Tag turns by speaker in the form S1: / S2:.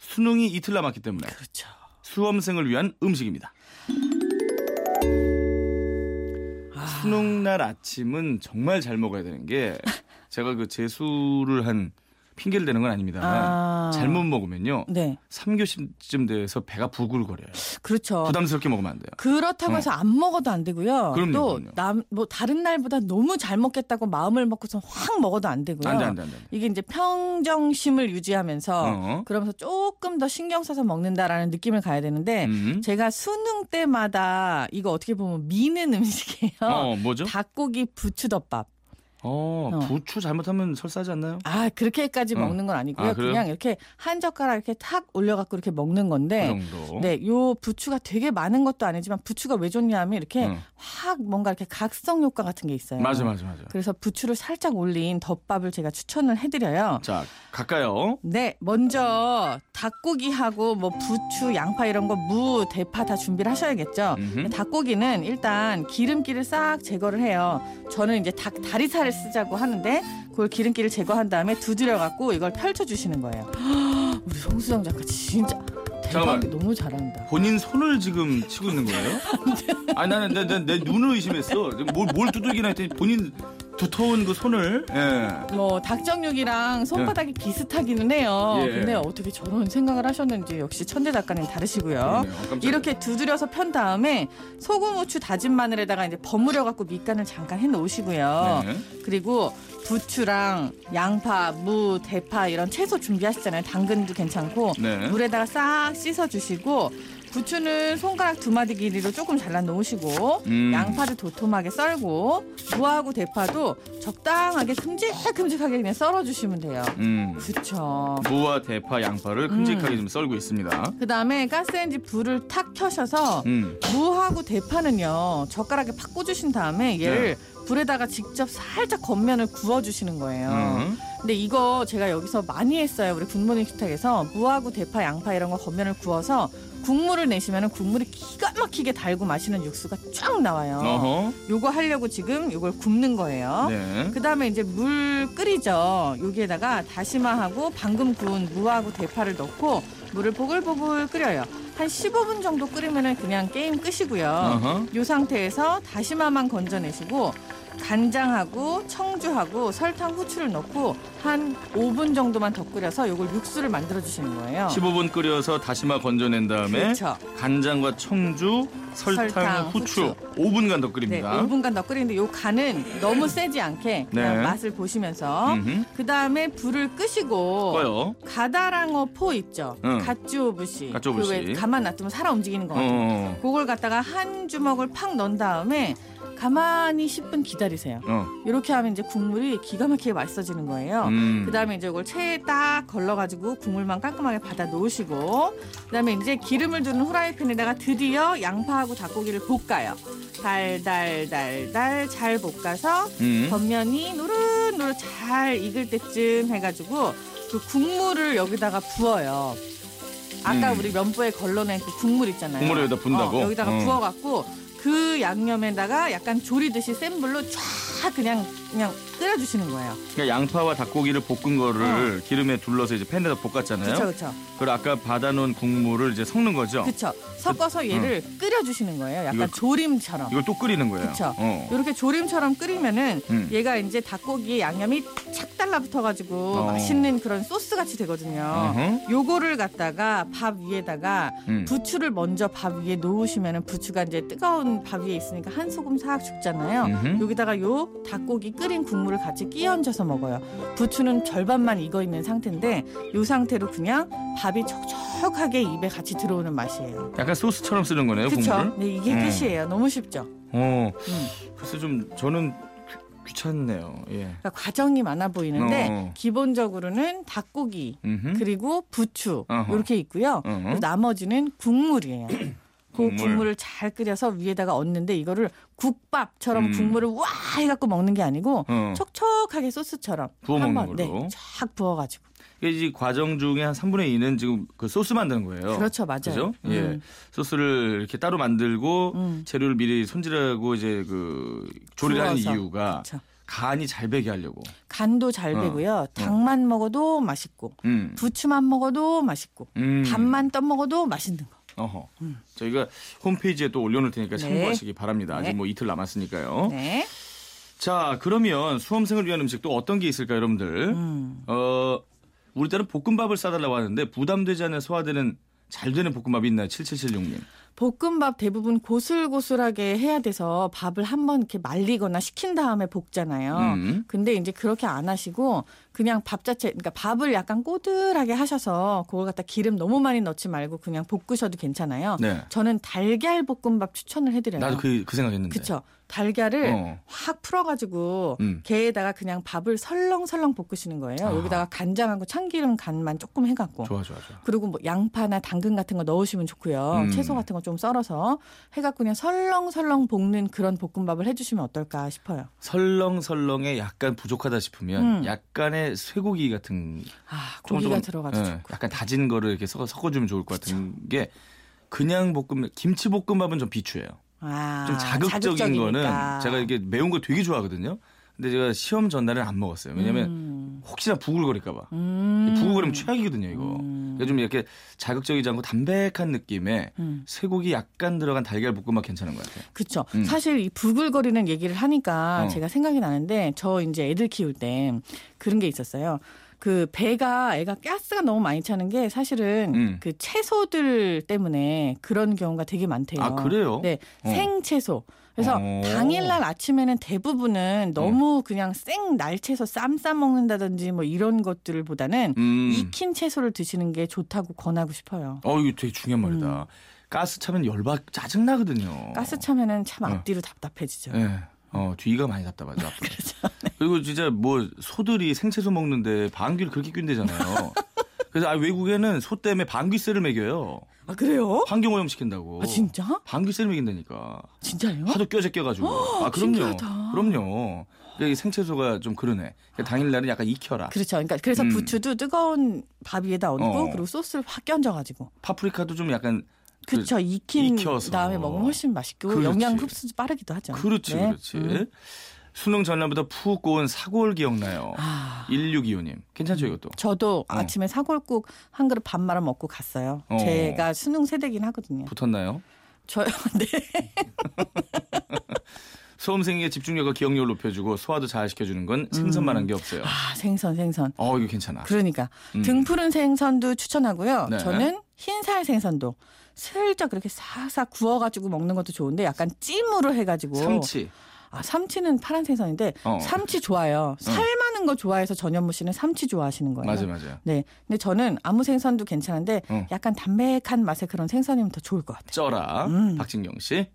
S1: 수능이 이틀 남았기 때문에
S2: 그렇죠.
S1: 수험생을 위한 음식입니다. 수능 날 아침은 정말 잘 먹어야 되는 게 제가 그 재수를 한 핑계를 대는 건 아닙니다만
S2: 아.
S1: 잘못 먹으면요.
S2: 네.
S1: 3교시쯤 돼서 배가 부글거려요.
S2: 그렇죠.
S1: 부담스럽게 먹으면 안 돼요.
S2: 그렇다고
S1: 어.
S2: 해서 안 먹어도 안 되고요.
S1: 그럼요,
S2: 또
S1: 그럼요.
S2: 남 뭐 다른 날보다 너무 잘 먹겠다고 마음을 먹고서 확 먹어도 안 되고요.
S1: 안 돼, 안 돼, 안 돼.
S2: 이게 이제 평정심을 유지하면서
S1: 어.
S2: 그러면서 조금 더 신경 써서 먹는다라는 느낌을 가야 되는데
S1: 음.
S2: 제가 수능 때마다 이거 어떻게 보면 미는 음식이에요.
S1: 어, 뭐죠?
S2: 닭고기 부추덮밥.
S1: 어,
S2: 어.
S1: 부추 잘못하면 설사하지 않나요?
S2: 아 그렇게까지
S1: 어.
S2: 먹는 건 아니고요.
S1: 아, 그래요?
S2: 그냥 이렇게 한 젓가락 이렇게 탁 올려갖고 이렇게 먹는 건데
S1: 그 정도.
S2: 네, 요 부추가 되게 많은 것도 아니지만 부추가 왜 좋냐 하면 이렇게
S1: 응.
S2: 확 뭔가 이렇게 각성 효과 같은 게 있어요.
S1: 음. 맞아, 맞아, 맞아.
S2: 그래서 부추를 살짝 올린 덮밥을 제가 추천을 해드려요.
S1: 자, 갈까요?
S2: 네, 먼저 닭고기하고 뭐 부추, 양파 이런 거 무, 대파 다 준비를 하셔야겠죠.
S1: 음흠.
S2: 닭고기는 일단 기름기를 싹 제거를 해요. 저는 이제 닭 다리살을 쓰자고 하는데 그걸 기름기를 제거한 다음에 두드려 갖고 이걸 펼쳐 주시는 거예요. 우리 성수정 작가 진짜 대박
S1: 잠깐만.
S2: 너무 잘한다.
S1: 본인 손을 지금 치고 있는 거예요? 아니 나는 내, 내, 내 눈을 의심했어. 뭘, 뭘 두들기나 했더니 본인 두터운 그 손을. 예.
S2: 뭐 닭정육이랑 손바닥이 비슷하기는 해요.
S1: 네. 예.
S2: 근데 어떻게 저런 생각을 하셨는지 역시 천재 작가님 다르시고요.
S1: 그러네요. 어, 깜짝이야.
S2: 어? 이렇게 두드려서 편 다음에 소금, 후추, 다진 마늘에다가 이제 버무려 갖고 밑간을 잠깐 해 놓으시고요.
S1: 네.
S2: 그리고 부추랑 양파, 무, 대파 이런 채소 준비하시잖아요. 당근도 괜찮고
S1: 네.
S2: 물에다가 싹 씻어 주시고 부추는 손가락 두 마디 길이로 조금 잘라 놓으시고
S1: 음.
S2: 양파를 도톰하게 썰고 무하고 대파도 적당하게 큼직큼직하게 그냥 썰어 주시면 돼요.
S1: 음.
S2: 그쵸.
S1: 무와 대파,
S2: 음.
S1: 양파를 큼직하게 좀 썰고 있습니다.
S2: 그 다음에 가스레인지 불을 탁 켜셔서
S1: 음.
S2: 무하고 대파는요 젓가락에 팍 꽂으신 다음에
S1: 네.
S2: 얘를 불에다가 직접 살짝 겉면을 구워주시는 거예요.
S1: 음.
S2: 근데 이거 제가 여기서 많이 했어요. 우리 굿모닝 식탁에서 무하고 대파, 양파 이런 거 겉면을 구워서 국물을 내시면 국물이 기가 막히게 달고 마시는 육수가 쫙 나와요.
S1: 어허.
S2: 요거 하려고 지금 요걸 굽는 거예요.
S1: 네.
S2: 그다음에 이제 물 끓이죠. 여기에다가 다시마하고 방금 구운 무하고 대파를 넣고 물을 보글보글 끓여요. 한 15분 정도 끓이면은 그냥 게임 끝이고요.
S1: 어허.
S2: 이 상태에서 다시마만 건져내시고 간장하고 청주하고 설탕, 후추를 넣고 한 5분 정도만 더 끓여서 요걸 육수를 만들어 주시는 거예요.
S1: 15분 끓여서 다시마 건져낸 다음에
S2: 그렇죠.
S1: 간장과 청주, 설탕,
S2: 설탕,
S1: 후추, 5분간 더
S2: 네,
S1: 끓입니다.
S2: 5분간 더 끓이는데 요 간은 너무 세지 않게 그냥
S1: 네.
S2: 맛을 보시면서
S1: 음흠.
S2: 그 다음에 불을 끄시고
S1: 꺼요.
S2: 가다랑어 포 있죠.
S1: 응.
S2: 갓주오부시.
S1: 갓주오부시.
S2: 그왜 가만 놔두면 살아 움직이는 거 같아요.
S1: 어.
S2: 그걸 갖다가 한 주먹을 팍 넣은 다음에 가만히 10분 기다리세요.
S1: 어.
S2: 이렇게 하면 이제 국물이 기가 막히게 맛있어지는 거예요.
S1: 음.
S2: 그다음에 이제 이걸 체에 딱 걸러가지고 국물만 깔끔하게 받아 놓으시고 그다음에 이제 기름을 두는 후라이팬에다가 드디어 양파하고 닭고기를 볶아요. 달달달달 잘 볶아서
S1: 음.
S2: 겉면이 노릇노릇 잘 익을 때쯤 해가지고 그 국물을 여기다가 부어요. 아까
S1: 음.
S2: 우리 면보에 걸러낸 그 국물 있잖아요.
S1: 국물을 여기다 분다고?
S2: 어, 여기다가
S1: 어.
S2: 부어갖고 그 양념에다가 약간 조리듯이 센 불로 쫙 그냥 그냥 끓여주시는 거예요.
S1: 그러니까 양파와 닭고기를 볶은 거를 기름에 둘러서 이제 팬에다 볶았잖아요.
S2: 어. 그렇죠, 그렇죠,
S1: 그걸 아까 받아놓은 국물을 이제 섞는 거죠.
S2: 그렇죠. 섞어서 얘를 끓여주시는 거예요. 약간
S1: 어. 이걸
S2: 조림처럼.
S1: 이걸 또 끓이는 거예요.
S2: 그쵸.
S1: 어.
S2: 이렇게 조림처럼 끓이면은
S1: 음.
S2: 얘가 이제 닭고기에 양념이 착 달라붙어가지고
S1: 어.
S2: 맛있는 그런 소스 같이 되거든요.
S1: 어허.
S2: 요거를 갖다가 밥 위에다가
S1: 음.
S2: 부추를 먼저 밥 위에 놓으시면은 부추가 이제 뜨거운 밥 위에 있으니까 한 소금 싹 죽잖아요.
S1: 음흠.
S2: 여기다가 요 닭고기 끓인 국물을 같이 끼얹어서 먹어요. 부추는 절반만 익어 있는 상태인데 요 상태로 그냥 밥이 촉촉하게 입에 같이 들어오는 맛이에요.
S1: 약간 소스처럼 쓰는 거네요,
S2: 그렇죠?
S1: 국물.
S2: 네, 이게
S1: 음.
S2: 끝이에요. 너무 쉽죠.
S1: 어.
S2: 음.
S1: 글쎄 좀 저는 귀- 귀찮네요. 예.
S2: 그러니까 과정이 많아 보이는데
S1: 어.
S2: 기본적으로는 닭고기
S1: 음흠.
S2: 그리고 부추
S1: 어허.
S2: 이렇게 있고요.
S1: 어허.
S2: 그리고 나머지는 국물이에요. 그
S1: 국물.
S2: 국물. 을잘 끓여서 위에다가 얹는데 이거를 국밥처럼
S1: 음.
S2: 국물을 와 해갖고 먹는 게 아니고
S1: 어.
S2: 촉촉하게 소스처럼
S1: 부어 먹는
S2: 한번
S1: 걸로.
S2: 네, 쫙 부어가지고
S1: 이게 이제 과정 중에 한 3분의 2는 지금 그 소스 만드는 거예요.
S2: 그렇죠 맞아요.
S1: 그죠?
S2: 음.
S1: 예. 소스를 이렇게 따로 만들고
S2: 음.
S1: 재료를 미리 손질하고 이제 그 조리를 하는
S2: 구워서.
S1: 이유가
S2: 그쵸.
S1: 간이 잘 배게 하려고.
S2: 그렇죠. 간도 잘
S1: 어.
S2: 배고요. 닭만 먹어도 맛있고
S1: 음.
S2: 부추만 먹어도 맛있고
S1: 음.
S2: 밥만 떠 먹어도 맛있는 거.
S1: 어허. 저희가 홈페이지에 또 올려놓을 테니까
S2: 음. 네.
S1: 참고하시기 바랍니다. 아직
S2: 네.
S1: 뭐 이틀 남았으니까요.
S2: 네.
S1: 자, 그러면 수험생을 위한 음식 또 어떤 게 있을까, 요 여러분들?
S2: 음.
S1: 어, 우리 딸은 볶음밥을 싸달라고 하는데 부담되지 않은 소화되는 잘 되는 볶음밥이 있나요? 7776님.
S2: 볶음밥 대부분 고슬고슬하게 해야 돼서 밥을 한번 이렇게 말리거나 식힌 다음에 볶잖아요.
S1: 음.
S2: 근데 이제 그렇게 안 하시고 그냥 밥 자체 그러니까 밥을 약간 꼬들하게 하셔서 그걸 갖다 기름 너무 많이 넣지 말고 그냥 볶으셔도 괜찮아요.
S1: 네.
S2: 저는 달걀 볶음밥 추천을 해드려요.
S1: 나도 그, 그 생각했는데.
S2: 그쵸. 달걀을
S1: 어.
S2: 확 풀어가지고
S1: 음.
S2: 게에다가 그냥 밥을 설렁설렁 볶으시는 거예요.
S1: 아.
S2: 여기다가 간장하고 참기름 간만 조금 해갖고.
S1: 좋아, 좋아, 좋아.
S2: 그리고 뭐 양파나 당근 같은 거 넣으시면 좋고요.
S1: 음.
S2: 채소 같은 거 좀 썰어서 해갖고 그냥 설렁설렁 볶는 그런 볶음밥을 해주시면 어떨까 싶어요.
S1: 설렁설렁에 약간 부족하다 싶으면
S2: 음.
S1: 약간의 쇠고기 같은
S2: 아
S1: 조금,
S2: 고기가
S1: 조금,
S2: 들어가도
S1: 예,
S2: 좋고.
S1: 약간 다진 거를 이렇게 섞어, 섞어주면 좋을 것 같은 게 그냥 볶음 김치 볶음밥은 좀 비추해요.
S2: 아,
S1: 좀 자극적인
S2: 자극적이니까.
S1: 거는 제가 이게 매운 거 되게 좋아하거든요. 근데 제가 시험 전날은 안 먹었어요. 왜냐면
S2: 음.
S1: 혹시나 부글거릴까봐.
S2: 음.
S1: 부글거리면 최악이거든요, 이거.
S2: 음.
S1: 그러니까 좀 이렇게 자극적이지 않고 담백한 느낌의
S2: 음.
S1: 쇠고기 약간 들어간 달걀 볶음밥 괜찮은 것 같아요.
S2: 그쵸.
S1: 음.
S2: 사실 이 부글거리는 얘기를 하니까
S1: 어.
S2: 제가 생각이 나는데 저 이제 애들 키울 때 그런 게 있었어요. 그 배가 애가 가스가 너무 많이 차는 게 사실은
S1: 음.
S2: 그 채소들 때문에 그런 경우가 되게 많대요.
S1: 아, 그래요?
S2: 네,
S1: 어.
S2: 생채소. 그래서
S1: 어. 음.
S2: 당일날 아침에는 대부분은 너무 그냥 생 날채소 쌈 싸 먹는다든지 뭐 이런 것들보다는
S1: 음.
S2: 익힌 채소를 드시는 게 좋다고 권하고 싶어요.
S1: 어, 이거 되게 중요한 말이다. 가스 차면 열받, 짜증나거든요.
S2: 음. 가스 차면은 참
S1: 어.
S2: 앞뒤로 답답해지죠. 그렇죠.
S1: 예. 어, 뒤가 많이 답답하죠. 앞으로. 그리고 진짜 뭐 소들이 생채소 먹는데 방귀를 그렇게 뀐대잖아요. 그래서 아, 외국에는 소 때문에 방귀쇠를 매겨요.
S2: 아 그래요?
S1: 환경오염 시킨다고.
S2: 아 진짜?
S1: 방귀쇠를 매긴다니까.
S2: 진짜요?
S1: 하도 껴져 껴가지고. 아 그럼요.
S2: 신기하다.
S1: 그럼요. 그러니까 이 생채소가 좀 그러네. 그러니까 당일날은 약간 익혀라.
S2: 그렇죠. 그러니까 그래서
S1: 음.
S2: 부추도 뜨거운 밥 위에다 얹고
S1: 어.
S2: 그리고 소스를 확 끼얹어가지고
S1: 파프리카도 좀 약간 그-
S2: 그렇죠. 익힌
S1: 익혀서.
S2: 다음에 먹으면 훨씬 맛있고
S1: 그렇지.
S2: 영양 흡수도 빠르기도 하죠.
S1: 그렇지
S2: 네.
S1: 그렇지.
S2: 음.
S1: 수능 전날보다 푹 고운 사골 기억나요.
S2: 아 음.
S1: 1625님. 괜찮죠 이것도.
S2: 저도
S1: 어.
S2: 아침에 사골국 한 그릇 밥 말아 먹고 갔어요.
S1: 어.
S2: 제가 수능 세대긴 하거든요.
S1: 붙었나요?
S2: 저요. 네.
S1: 수험생에게 집중력과 기억력을 높여주고 소화도 잘 시켜주는 건 생선만한 게 없어요.
S2: 아 생선 생선.
S1: 어 이거 그러니까. 괜찮아.
S2: 그러니까
S1: 음.
S2: 등 푸른 생선도 추천하고요.
S1: 네.
S2: 저는 흰살 생선도 슬쩍 그렇게 싹싹 구워가지고 먹는 것도 좋은데 약간 찜으로 해가지고
S1: 삼치.
S2: 아 삼치는 파란 생선인데
S1: 어.
S2: 삼치 좋아요. 삶아는 거 좋아해서 전현무 씨는 삼치 좋아하시는 거예요.
S1: 맞아 맞아.
S2: 네, 근데 저는 아무 생선도 괜찮은데
S1: 어.
S2: 약간 담백한 맛의 그런 생선이면 더 좋을 것 같아요.
S1: 쪄라.
S2: 네. 음.
S1: 박진경 씨.